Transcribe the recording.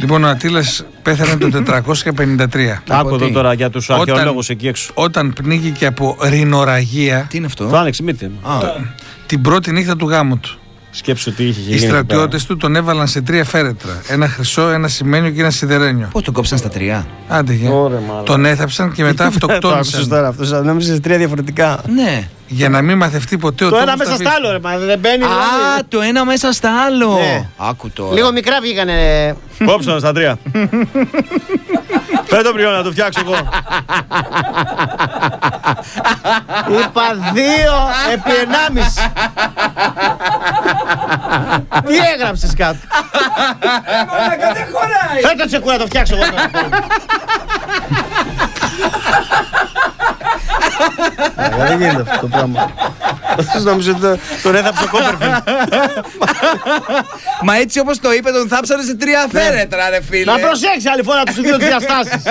Λοιπόν, ο Ατήλα πέθανε το 453. Άκου εδώ τι? τώρα για τους Όταν- αρχαιολόγους εκεί έξω. όταν πνίγηκε από ρινοραγία Τι είναι αυτό. Το άνοιξε η μύτη μου. Α, την πρώτη νύχτα του γάμου του. Σκέψου τι είχε γίνει. Οι εκεί στρατιώτες πέρα. του τον έβαλαν σε τρία φέρετρα. Ένα χρυσό, ένα σημαίνιο και ένα σιδερένιο. πώς τον κόψαν στα τρία. Άντε γεια. Ωρε, μάλα. Τον έθαψαν και μετά Ναι, Το άκουσες αυτοκτόνησαν. τώρα αυτό. Σαν νόμιζε τρία διαφορετικά. Ναι. για να μην μαθευτεί ποτέ ο Το τόπος ένα να μέσα φύγει. στα άλλο, ρε. Μα δεν μπαίνει. δηλαδή. Α, το ένα μέσα στα άλλο. Ναι. Άκου τώρα. Λίγο μικρά βγήκανε. Κόψαμε στα τρία. Πε το πριό να το φτιάξω εγώ. Είπα δύο επί ενάμιση. Τι έγραψες κάτω. Φέρ το τσεκούρα, το φτιάξω εγώ. τώρα. Μαλάκα, Ε, Δεν γίνεται αυτό το πράγμα. Αυτός νόμιζε ότι το- τον έθαψε ο Κόπερφιλ. Μα έτσι όπως το Ναι. είπε, τον θάψανε σε τρία φέρετρα, ρε φίλε. Να προσέξει άλλη φορά τους δίνω τι διαστάσει.